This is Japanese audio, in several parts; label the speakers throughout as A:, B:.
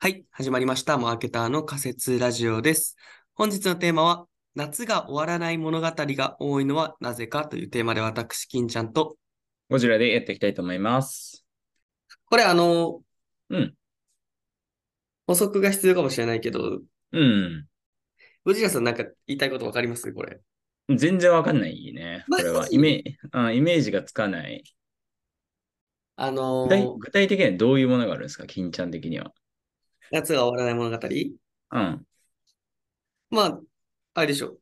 A: はい、始まりました。マーケターの仮説ラジオです。本日のテーマは、夏が終わらない物語が多いのはなぜかというテーマで私、金ちゃんと、
B: ゴジラでやっていきたいと思います。
A: これあの、
B: うん。
A: 補足が必要かもしれないけど、
B: うん。
A: 藤田さんなんか言いたいことわかりますこれ。
B: 全然わかんないね。これ
A: マ
B: は
A: ジ
B: イメ,、うん、イメージがつかない。
A: あの
B: 具体具体的にはどういうものがあるんですか金ちゃん的には。
A: 夏が終わらない物語
B: うん。
A: まあ、あれでしょ。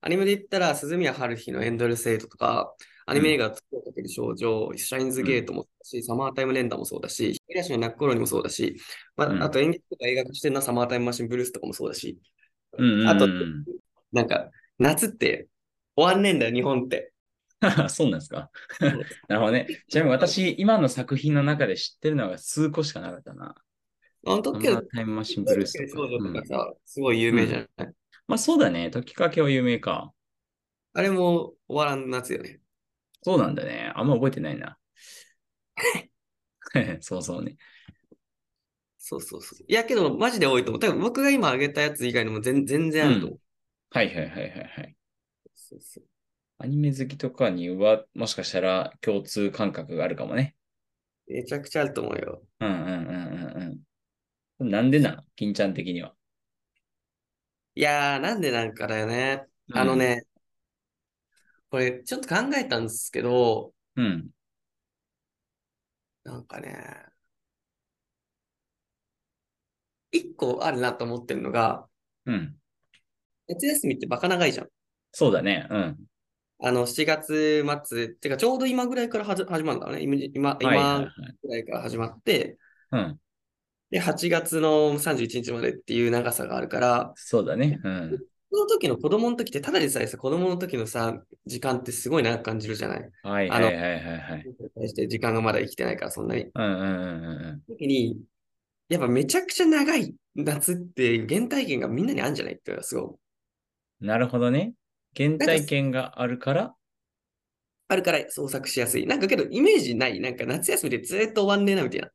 A: アニメで言ったら、鈴宮春日のエンドレスエイトとか、アニメ映画、月をかける少女、シャインズゲートもそうだし、サマータイム連打もそうだし、日暮らしの泣く頃にもそうだし、ま
B: うん
A: あ、あと演劇とか映画化してるな、サマータイムマシンブルースとかもそうだし、
B: うんうんうん、
A: あと、なんか、夏って終わんねえんだよ、日本って。
B: そうなんですか なるほどね。ちなみに私、今の作品の中で知ってるのが数個しかなかったな。
A: 本当
B: サマ
A: けど
B: ー、タイムマシンブルースとか。
A: 月をかける少
B: う
A: 女
B: ん
A: とかさ、すごい有名じゃない、
B: まあそうだね。時かけは有名か。
A: あれも終わらん夏よね。
B: そうなんだね。あんま覚えて ないな。そうそうね。
A: そうそうそう。いや、けど、マジで多いと思う。多分僕が今挙げたやつ以外にも全全然あると思う。
B: はいはいはいはいはい。
A: そうそう
B: アニメ好きとかには、もしかしたら共通感覚があるかもね。
A: めちゃくちゃあると思うよ。
B: うんうんうんうんうん。なんでなの金ちゃん的には。
A: いやー、なんでなんかだよね。あの。ね、これちょっと考えたんですけど、
B: うん。
A: なんかね、一個あるなと思ってるのが、
B: うん。
A: 夏休みってバカ長いじゃん。
B: そうだね。うん。
A: あの、7月末、ってかちょうど今ぐらいからはじ始まるんだね。今、今、
B: はいはいはい
A: 今。ぐらいから始まって、
B: うん。
A: で、8月の31日までっていう長さがあるから、
B: そうだね。うん。
A: その時の子供の時って、ただでさえさ、子供の時のさ、時間ってすごい長く感じるじゃない
B: はいはいはいはいはい。
A: 対して時間がまだ生きてないから、そんなに。
B: うんうんうんうんうん。
A: 時に、やっぱめちゃくちゃ長い夏って原体験がみんなにあるんじゃないっていうのはすごい
B: なるほどね。原体験があるから、
A: あるから創作しやすい。なんかけどイメージない。なんか夏休みでずっと終わんねえなみたいな。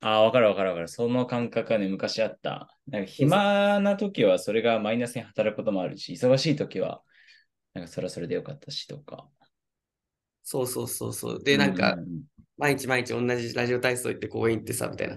B: ああ、わかるわかるわかる。その感覚はね、昔あった。なんか暇な時はそれがマイナスに働くこともあるし、忙しい時は、なんかそれはそれでよかったしとか。
A: そうそうそうそう。で、なんか
B: ううう
A: 毎日毎日同じラジオ体操行って公園行ってさ、みたい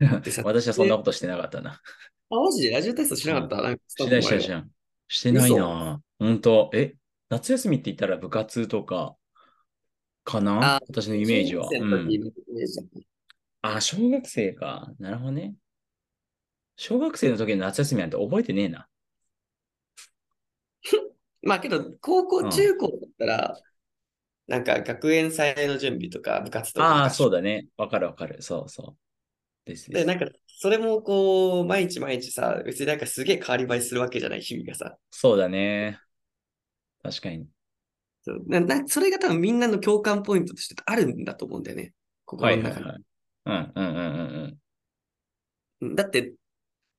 A: な。あ、 でさ
B: 私はそんなことしてなかったな。
A: マジでラジオ体操しなかったなんか
B: しないしないしない。してないな。本当え、夏休みって言ったら部活とか、か
A: あ
B: な私のイメージは。
A: 小学生の
B: う
A: 時
B: ん、
A: のイメージだ
B: あ、小学生か。なるほどね。小学生の時の夏休みなんて覚えてねえな。
A: まあけど、高
B: う
A: 校、
B: ん
A: 中高だったら、なんか学園祭の準備とか部活とか。
B: ああ、そうだね。わかるわかる。そうそう。ですで
A: で、
B: す
A: なんか、それもこう、毎日毎日さ、別になんかすげえ変わり映えするわけじゃない、日々がさ。
B: そうだね。確かに。
A: そうななそれが多分みんなの共感ポイントとしてあるんだと思うんだよね。
B: は
A: 心
B: い
A: の
B: はい
A: 中に。
B: はい。うんうんうんうんうん。
A: うんだって、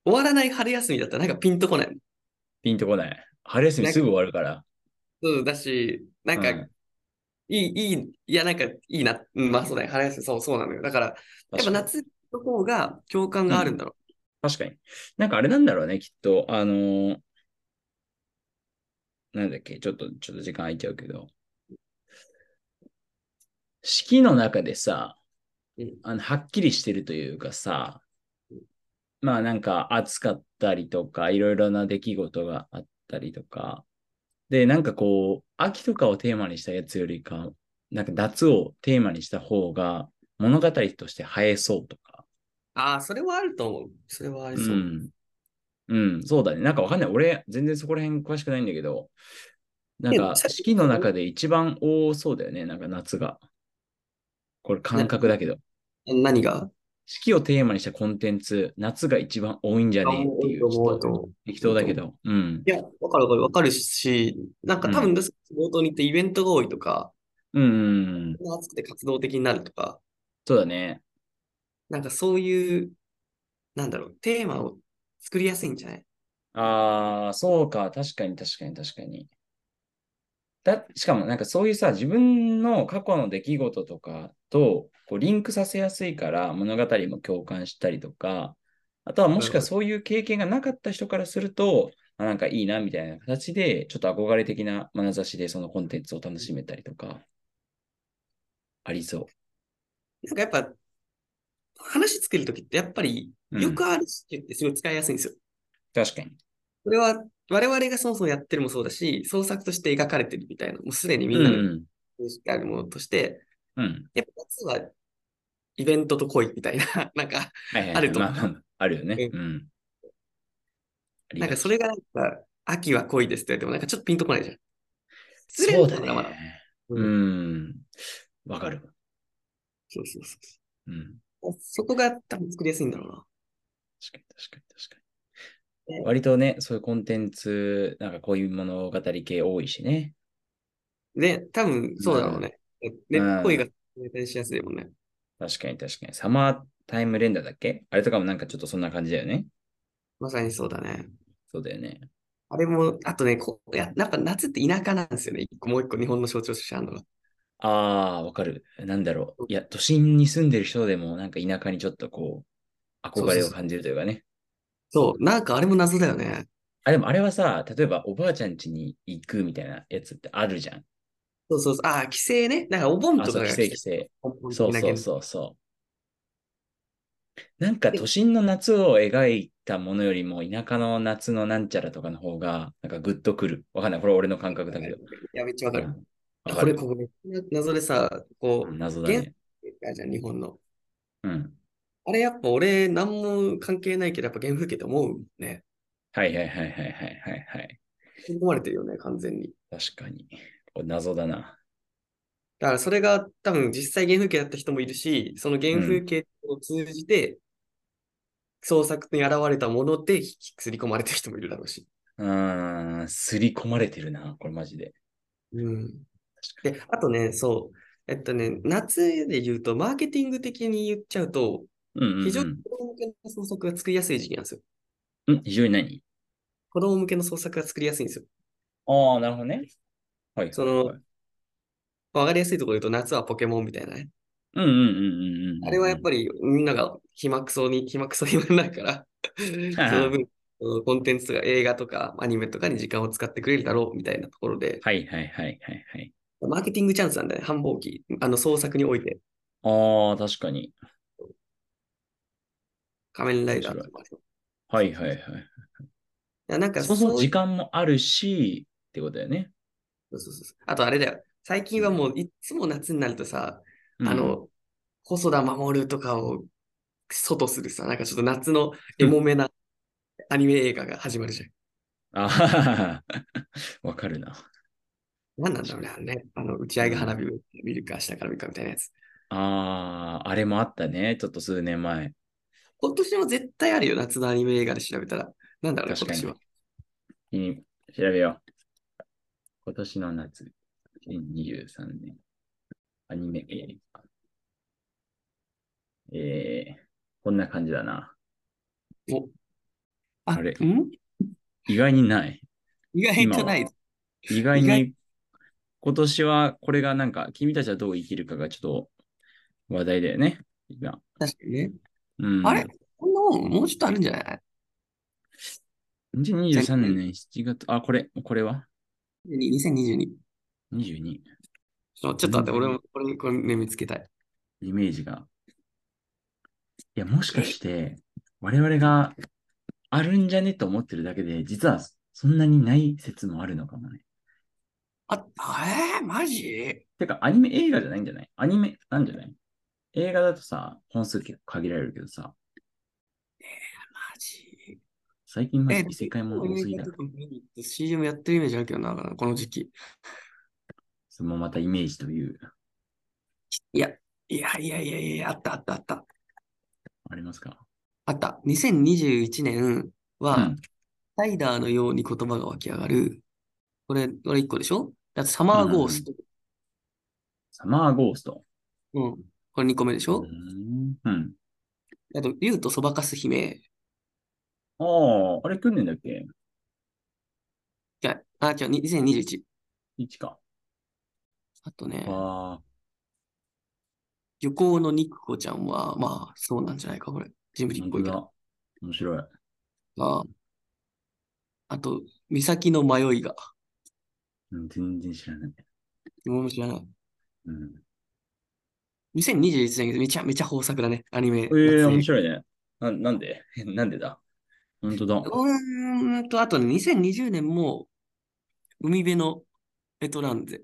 A: 終わらない春休みだったらなんかピンとこないもん。
B: ピンとこない。春休みすぐ終わるから。
A: そうだし、なんか、
B: うん
A: いい、いい、いや、なんかいいな。うん、まあそうだね。春休み、そう、そうなのよ。だから、やっぱ夏の方が共感があるんだろ
B: 確かに。なんかあれなんだろうね、きっと。あのーなんだっけ、ちょっと、ちょっと時間空いちゃうけど。式の中でさ
A: うん、
B: あのはっきりしてるというかさ、まあなんか暑かったりとか、いろいろな出来事があったりとか、で、なんかこう、秋とかをテーマにしたやつよりか、なんか夏をテーマにした方が物語として映えそうと
A: う。
B: か、
A: ああ、それはあると思う。それはありそう。
B: ん。うん、そうだね。なんかわかんない。俺、全然そこら辺詳しくないんだけど、なん
A: でも
B: か、
A: さ
B: 四季の中で一番多そうだよね。なんか夏が。これ感覚だけど。
A: 何が
B: 四季をテーマにしたコンテンツ、夏が一番多いんじゃねえっていう。
A: あ
B: ち
A: 思う
B: ょ
A: と
B: っと
A: 思う
B: 適当だけど。うん。
A: いや、わかるわかる、わかるし、なんか多分、です冒頭に言ってイベントが多いとか、
B: うんうんうん。
A: 暑くて活動的になるとか、
B: そうだね。
A: なんかそういう、なんだろう、テーマを作りやすいんじゃない
B: ああ、そうか。確かに確かに確かに。だ、しかもなんかそういうさ、自分の過去の出来事とかとこうリンクさせやすいから物語も共感したりとか、あとはもしくはそういう経験がなかった人からすると、あなんかいいなみたいな形で、ちょっと憧れ的な眼差しでそのコンテンツを楽しめたりとか、ありそ
A: なんかやっぱ、話作るときってやっぱり、
B: う。うん
A: よくあるしってすごい使いやすいんですよ。
B: 確かに。
A: これは、我々がそもそもやってるもそうだし、創作として描かれてるみたいな、もうすでにみ
B: うん
A: なの
B: ん。
A: 認識あるものとして、
B: うん。
A: やっぱ夏はイベントと恋みたいな、 なんか、
B: はいはいはい
A: あると
B: まあまあまああるよね。
A: う
B: うん。あり
A: なん
B: が
A: か
B: ち
A: それがなんか、秋は恋ですって言われても、なんかちょっとピンとこないじゃん。失
B: そう
A: 恋
B: だ
A: とかなまだ。
B: ね。
A: う
B: うん。わかる。
A: そうそうそう
B: うん。
A: そう。そこが多分作りやすいんだろうな。
B: 確かに確かに確か
A: ね
B: に。割とね、そういうコンテンツ、なんかこういう物語系多いしね。
A: ね、多分そうだろうね。ね
B: うん、
A: 恋が絶対しやすいもんね。
B: 確かに確かに。サマータイムレンダーだっけあれとかもなんかちょっとそんな感じだよね。
A: まさにそうだね。
B: そうだよね。
A: あれも、あとね、こうややっぱ夏って田舎なんですよね。一個もう一個日本の象徴としてあるのが。
B: ああ、わかる。なんだろう。いや、都心に住んでる人でもなんか田舎にちょっとこう、憧れを感じるというかね。
A: そう、なんかあれも謎だよね。
B: あ、でもあれはさ、例えばおばあちゃん家に行くみたいなやつってあるじゃん。
A: そうそうそう。ああ、帰省ね。なんかお盆
B: あ、
A: と
B: そ
A: か
B: う、
A: が
B: 帰省
A: 来
B: 帰
A: て、
B: 省。
A: 根本的
B: そう
A: な
B: そう
A: 現
B: そうそう。なんか都心の夏を描いたものよりも田舎の夏のなんちゃらとかの方がなんかグッとくる。わかんない。これ俺の感覚だけど。
A: いや、めっちゃわかる。
B: わか
A: これ、
B: る。
A: ここね、謎でさ、こう、
B: 謎だね。
A: あじゃん日本の。
B: うん。
A: あれやっぱ俺、なんも関係ないけど、やっぱ原風景って思うもんね。
B: はいはいはいはいはいはいはい。
A: 組み込まれてるよね、完全に。
B: 確かに。これ謎だな。
A: だからそれが多分実際原風景だった人もいるし、その原風景を通じて、創作に現れたもので引き刷り込まれてる人もいるだろうし。
B: うーん。刷り込まれてるな。これマジで。
A: うん。
B: 確かに。
A: で、あとね、そう。えっとね、夏で言うと、マーケティング的に言っちゃうと、
B: うんうん、
A: 非常
B: う
A: に
B: ん。
A: 子供向けの創作が作りやすい時期なんですよ。
B: うん非常に何
A: 子供向けの創作が作りやすいんですよ。
B: ああ、なるほどね。はいはいはい。
A: そのわかりやすいところで言うと、夏はポケモンみたいなね。
B: うんうんうんうんうん。
A: あれはやっぱりみんなが暇くそに、暇くそ暇になるから、その分、コンテンツが映画とかアニメとかに時間を使ってくれるだろうみたいなところで、
B: はいはいはいはいはい。
A: マーケティングチャンスなんだよね、繁忙期、あの創作において、
B: ああ、確かに。
A: 仮面ライダーとかもあるよ
B: はいはいは
A: い
B: い。
A: やなんか
B: そもそも
A: う
B: 時間もあるし、ってことだよね。
A: そうそうそうあとあれだよ、最近はもういつも夏になるとさ、
B: うん
A: あ、の、細田守とかを外するさ、なんかちょっと夏のエモめなアニメ映画が始まるじゃん。
B: あははは わかるな。
A: 何なんだろうね、あのね、あの打ち上げ花火を見るか、明日から見るかみたいなやつ。
B: ああ、あれもあったね。ちょっと数年前。
A: 今年も絶対あるよ、夏のアニメ映画で調べたら。なんだろうね、今
B: 確かに
A: 年は。
B: うん調べよう。今年の夏、2023年、アニメ映画。えー、こんな感じだな。
A: あ
B: あれ
A: ん
B: 意外にない。
A: 意外とない。
B: 意外
A: 意
B: に
A: 外
B: 今年はこれがなんか君たちはどう生きるかがちょっと話題だよね。今。
A: 確かにね。
B: うん、
A: あれこんなもん、もうちょっとあるんじゃない
B: ?2023 年ね7月、あ、これ、これは
A: ?2022。
B: ?22。
A: ちょっと待って、俺もこれこれ、ね、見つけたい。
B: イメージが。いや、もしかして、我々があるんじゃねと思ってるだけで、実はそんなにない説もあるのかもね。
A: あ、えー、マジ
B: てか、アニメ映画じゃないんじゃないアニメなんじゃない映画だとさ、本数結構限られるけどさ、
A: マジ
B: 最近ま
A: え
B: で異世界もの多すぎだから。
A: え CM やってるイメージあるけどな、この時期。
B: それもまたイメージという、
A: いや、いやいやいやいや、あったあったあった。
B: ありますか
A: あった。2021年は、
B: うん
A: サイダーのように言葉が湧き上がる。これ、これ1個でしょあと、サマーゴースト。
B: サマーゴースト。
A: うん。これ2個目でし
B: う
A: ょ
B: ん。うん、
A: あと、竜とそばかす姫。
B: ああ、あれ訓練だっけ
A: じゃあ、あ、じゃあ、2021。
B: ?1 か。
A: あとね、
B: ああ、
A: 漁港の肉子ちゃんは、まあ、そうなんじゃないか、これ。ジムリッ
B: 本
A: ク
B: 当
A: だ。
B: だ。面白い。
A: まあ、あと、岬の迷いが。
B: うん、全然知らない。
A: もう知らない。
B: うん、
A: 2021年、めちゃめちゃ豊作だね、アニメ。
B: ええ
A: 夏
B: 面
A: に
B: 白いね。ななんで なんでだ本当だ。
A: うーんと、あとね、2020年も、海辺のエトランゼ。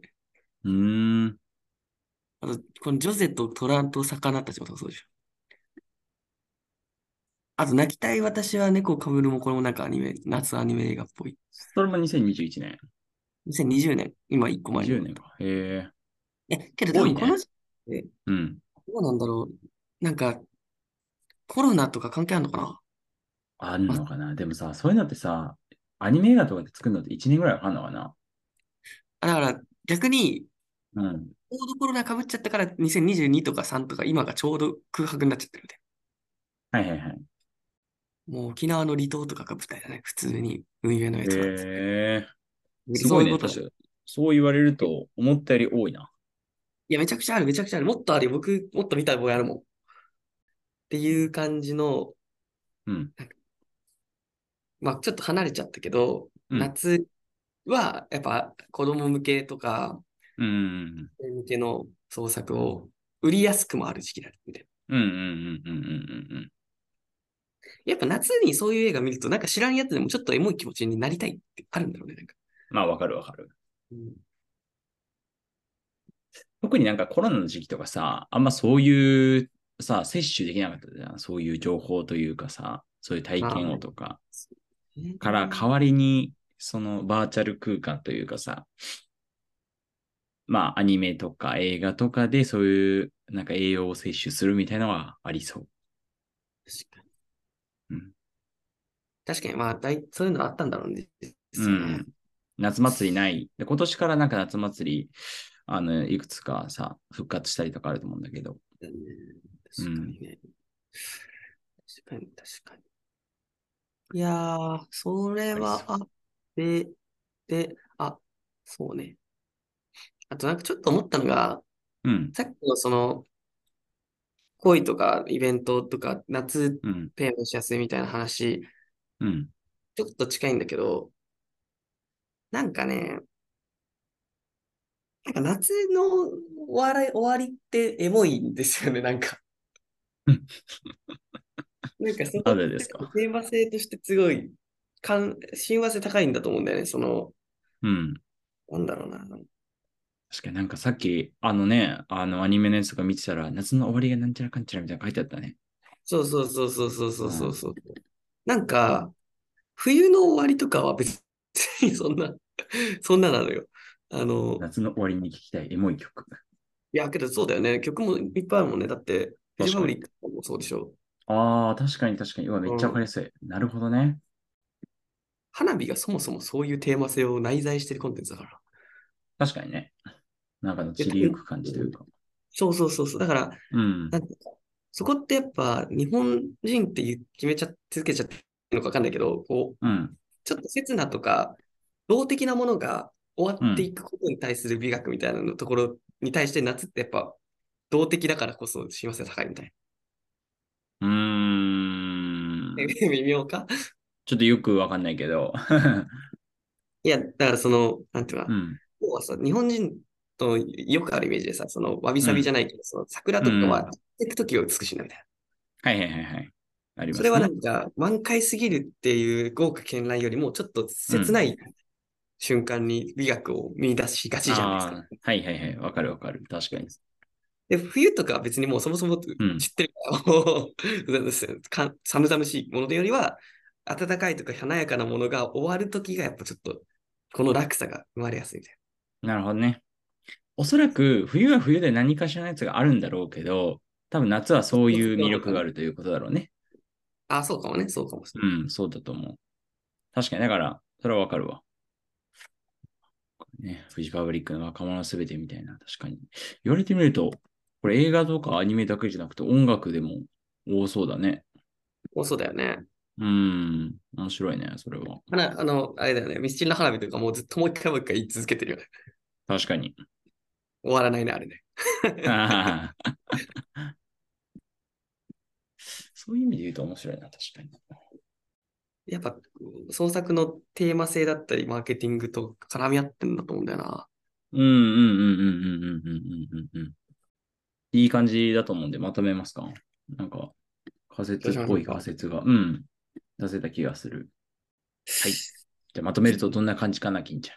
B: うーん。
A: あと、このジョゼとトランと魚たちもそうでしょ。あと、泣きたい私は猫をかぶるも、これもなんかアニメ、夏アニメ映画っぽい。
B: それも2021年。
A: 2020年、今1個前に
B: 20年か。へえ。
A: え、けど多分
B: 多いね
A: この時
B: うん。
A: どうなんだろう。なんか、コロナとか関係あるのかな
B: あるのかなでもさ、そういうのってさ、アニメ映画とかで作るのって1年ぐらいわかんのかな
A: あだから、逆に、
B: うん。
A: ちょうどコロナかぶっちゃったから、2022とか3とか、今がちょうど空白になっちゃってるんで。
B: はいはいはい。
A: もう沖縄の離島とかが舞台だね。普通に海辺のやつなんです
B: へえ。す
A: そ
B: ご
A: う
B: い
A: いう
B: ね、
A: こと
B: 確かに。そう言われると、思ったより多いな。
A: いや、めちゃくちゃある、めちゃくちゃある。もっとあるよ。僕、もっと見たい棒やるもん。っていう感じの、
B: うん。
A: まあ、ちょっと離れちゃったけど、
B: うん
A: 夏は、やっぱ、子供向けとか、
B: うんうん
A: 子供向けの創作を売りやすくもある時期だみたいな。
B: うんうんうんうんうんうんうん。
A: やっぱ夏にそういう映画見ると、なんか知らんやつでもちょっとエモい気持ちになりたいってあるんだろうね、なんか。
B: まあわかるわかる。
A: うん
B: 特になんかコロナの時期とかさ、あんまそういうさ、摂取できなかったじゃん。そういう情報というかさ、そういう体験をとか。から代わりに、そのバーチャル空間というかさ、まあアニメとか映画とかでそういうなんか栄養を摂取するみたいなのはありそう。
A: 確か
B: う
A: に
B: ん。
A: 確かに、まあ、だいそういうのあったんだろうね。
B: うん。夏祭りない。で今年からなんか夏祭り、あの、いくつかさ、復活したりとかあると思うんだけど。
A: だね確かにね。確かに、確かに。いやー、それはあって、で、あ、そうね。あとなんかちょっと思ったのが、
B: うん。
A: さっきのその、恋とかイベントとか、夏
B: うん。
A: ペアのしやすいみたいな話、
B: うん。
A: ちょっと近いんだけど、なんかね、なんか夏のお笑い終わりってエモいんですよね、 なんか
B: うん。
A: なんかそこ
B: なぜですか
A: テーマ性としてすごい、かん親和性高いんだと思うんだよね、その、
B: うん。
A: なんだろうな。
B: 確かになんかさっき、あのね、あのアニメのやつとか見てたら、夏の終わりがなんちゃらかんちゃらみたいなの書いてあったね。
A: そうそうそうそうそうそうそうそう。なんか、冬の終わりとかは別にそんな、そんななのよ。あの、
B: 夏の終わりに聞きたいエモい曲。
A: いや、けどそうだよね。曲もいっぱいあるもんね。だって、フジファブリックもそうでしょ。
B: ああ、確かに確かに。うわ、めっちゃわかりやすい。なるほどね。
A: 花火がそもそもそういうテーマ性を内在してるコンテンツだから。
B: 確かにね。なんかの散りゆく感じというか。
A: そうそうそうそう。だから、
B: うん
A: な。んていうかそこってやっぱ日本人って言う決めちゃ、続けちゃってるのかわかんないけど、こう、
B: うん。
A: ちょっと刹那とか、動的なものが終わっていくことに対する美学みたいなのところに対して夏ってやっぱ動的だからこそ幸せ高いみたいう
B: ー
A: な。
B: ん。
A: 微妙か
B: ちょっとよくわかんないけど。
A: いや、だからその、なんていうか
B: う、ん。
A: 要はさ、日本人とよくあるイメージでさ、その、わびさびじゃないけど、その桜とか
B: う
A: は、散っ
B: ん
A: ていく時が美しいなみたい
B: はいはいはいはい。あり
A: な。
B: ます、ね。
A: それはなんか、満開すぎるっていう豪華絢爛よりも、ちょっと切ない瞬間に美学を見出しがちじゃないですか。
B: あーはいはいはい。わかるわかる。確かに。
A: で、冬とかは別にもうそもそも知
B: うん
A: ってるから、もうか寒々しいものよりは、暖かいとか華やかなものが終わる時が、やっぱちょっと、この落差が生まれやすいみたい
B: なるほどね。おそらく冬は冬で何かしらのやつがあるんだろうけど、多分夏はそういう魅力があるということだろうね。
A: な。あ、そうかもね、そうかもしれない。
B: うん、そうだと思う。確かに、だから、それはわかるわ。ね、フジファブリックの若者すべてみたいな、確かに。言われてみると、これ映画とかアニメだけじゃなくて音楽でも多そうだね。
A: もうそうだよね。
B: うん、面白いね、それは。
A: 花、あの、あれだよね、ミスチルの花火とかもうずっともう一回もう一回言い続けてるよね。
B: 確かに。
A: 終わらないね、あれね。
B: あーそういう意味で言うと面白いな、確かに。
A: やっぱ、創作のテーマ性だったり、マーケティングと絡み合ってんだと思うんだよな。
B: うんうんうんうんうんうんうんうんうん。いい感じだと思うんで、まとめますかなんか、仮説っぽい仮説が、うん、出せた気がする。はい。じゃあまとめるとどんな感じかな、金ちゃん。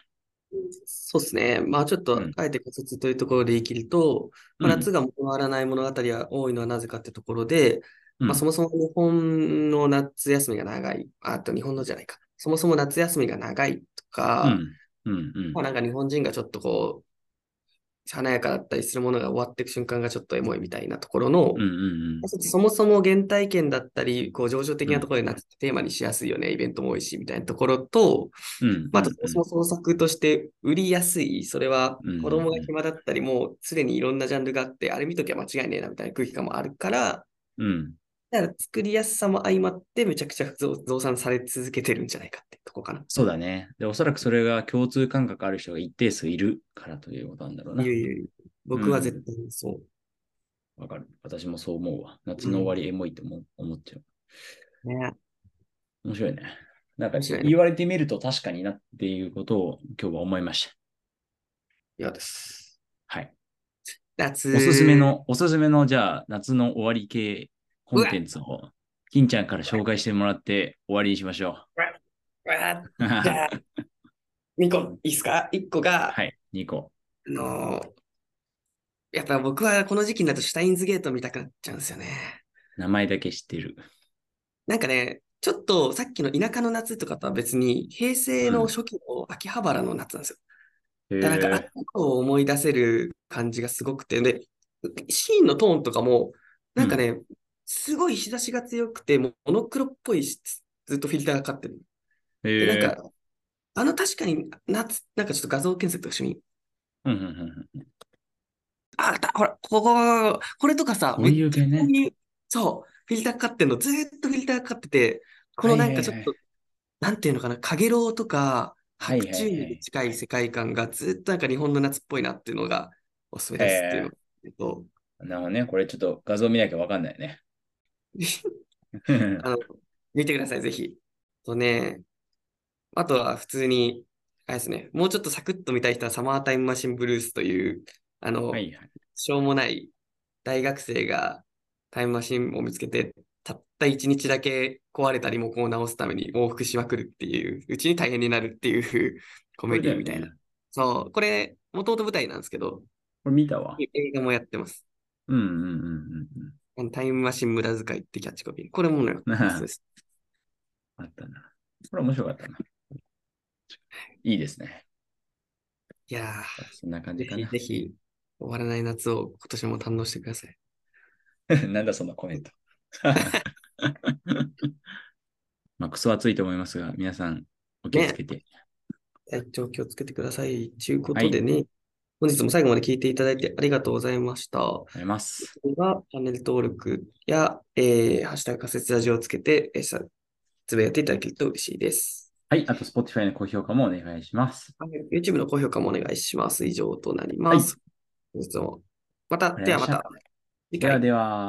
A: そうですね。まあちょっと、
B: うん
A: あえて仮説というところで言い切ると、まあ夏が回らない物語が多いのはなぜかってところで、
B: うん
A: まあそもそも日本の夏休みが長い、ああと日本のじゃないか。そもそも夏休みが長いとか、
B: うん、う ん、うん
A: まあ、なんか日本人がちょっとこう、華やかだったりするものが終わっていく瞬間がちょっとエモいみたいなところの、
B: うんうんうん。
A: そもそも原体験だったり、こう情緒的なところで夏ってテーマにしやすいよね、イベントも多いしみたいなところと、
B: うん
A: まあ、あとそもそも創作として売りやすい、それは
B: うん
A: 子供が暇だったり、もうすでにいろんなジャンルがあって、あれ見ときゃ間違いねえなみたいな空気感もあるから、
B: うん。
A: だから作りやすさも相まって、めちゃくちゃ増増産され続けてるんじゃないかってとこかな。。
B: そうだね。で、おそらくそれが共通感覚ある人が一定数いるからということなんだろうない
A: やいやいや僕は絶対にそう。
B: わかる。私もそう思うわ。夏の終わりエモいと思う思っちゃう。
A: ね、
B: 面白いね。なんか
A: 面白いね
B: 言われてみると確かになっていうことを今日は思いました。
A: 嫌です。
B: はい。
A: 夏。
B: おすすめ。の、おすすめの、じゃあ、夏の終わり系コンテンツを、金ちゃんから紹介してもらって終わりにしましょ
A: わ
B: う。
A: ーじゃあ、2個、いいっすか ?1 個が、
B: はい、2個。
A: あのーやっぱ僕はこの時期になるとシュタインズゲート見たくなっちゃうんですよね。
B: 名前だけ知ってる。
A: なんかね、ちょっとさっきの田舎の夏とかとは別に、平成の初期の秋葉原の夏なんですよ。だからなんか、あの頃を思い出せる感じがすごくて、で、シーンのトーンとかも、なんかね、すごい日差しが強くて、モノクロっぽいし、ずっとフィルターがかかってる。
B: へ
A: で、
B: ー
A: なんか、あの確かに夏、なんかちょっと画像検索とか一緒に、
B: うんうんうんうん
A: あ、たほら、ここ、これとかさ、
B: こういう系
A: めっちゃここ
B: ね。
A: にそう、フィルターかかってんの、ずーっとフィルターかかってて、このなんかちょっと、なんていうのかな、かげろうとか、
B: はいは
A: 白
B: いはい
A: 昼夢に近い世界観がずっとなんか日本の夏っぽいなっていうのがおすすめですっていうの
B: へ
A: と、
B: なるほどね。これちょっと画像見なきゃわかんないね。
A: あの、 見てください、ぜひ。とね、あとは普通に、あれですね、もうちょっとサクッと見たい人はサマータイムマシンブルースという、あの、
B: はいはい。
A: しょうもない大学生がタイムマシンを見つけて、たった一日だけ壊れたリモコンを直すために往復しまくるっていう、うちに大変になるっていうコメディみたいな。
B: これだよね
A: そう、これ、もともと舞台なんですけど、
B: これ見たわ。
A: 映画もやってます。
B: うんうんうんうんうん。
A: あのタイムマシン無駄遣いってキャッチコピー。これもね、おすすめです。
B: あったな。これ面白かったな。いいですね。
A: いや
B: そんな感
A: ー、
B: じ
A: ぜ
B: か
A: ひ
B: な
A: ぜ。ひ、終わらない夏を今年も堪能してください。
B: なんだそのコメント。まあ、クソ暑いと思いますが、皆さんお気をつけて。
A: 体調気をつけてください。ということでね、本日も最後まで聞いていただいてありがとうございました。
B: あります。
A: はチャンネル登録や、えー、ハッシュタグ仮説ラジオをつけて、えー、さつぶやいていただけると嬉しいです。
B: はい。あと、Spotify の高評価もお願いします。
A: はい YouTube の高評価もお願いします。以上となります。本日もまた、
B: お願い
A: では
B: しま
A: ますた。次
B: で
A: 回
B: はでは。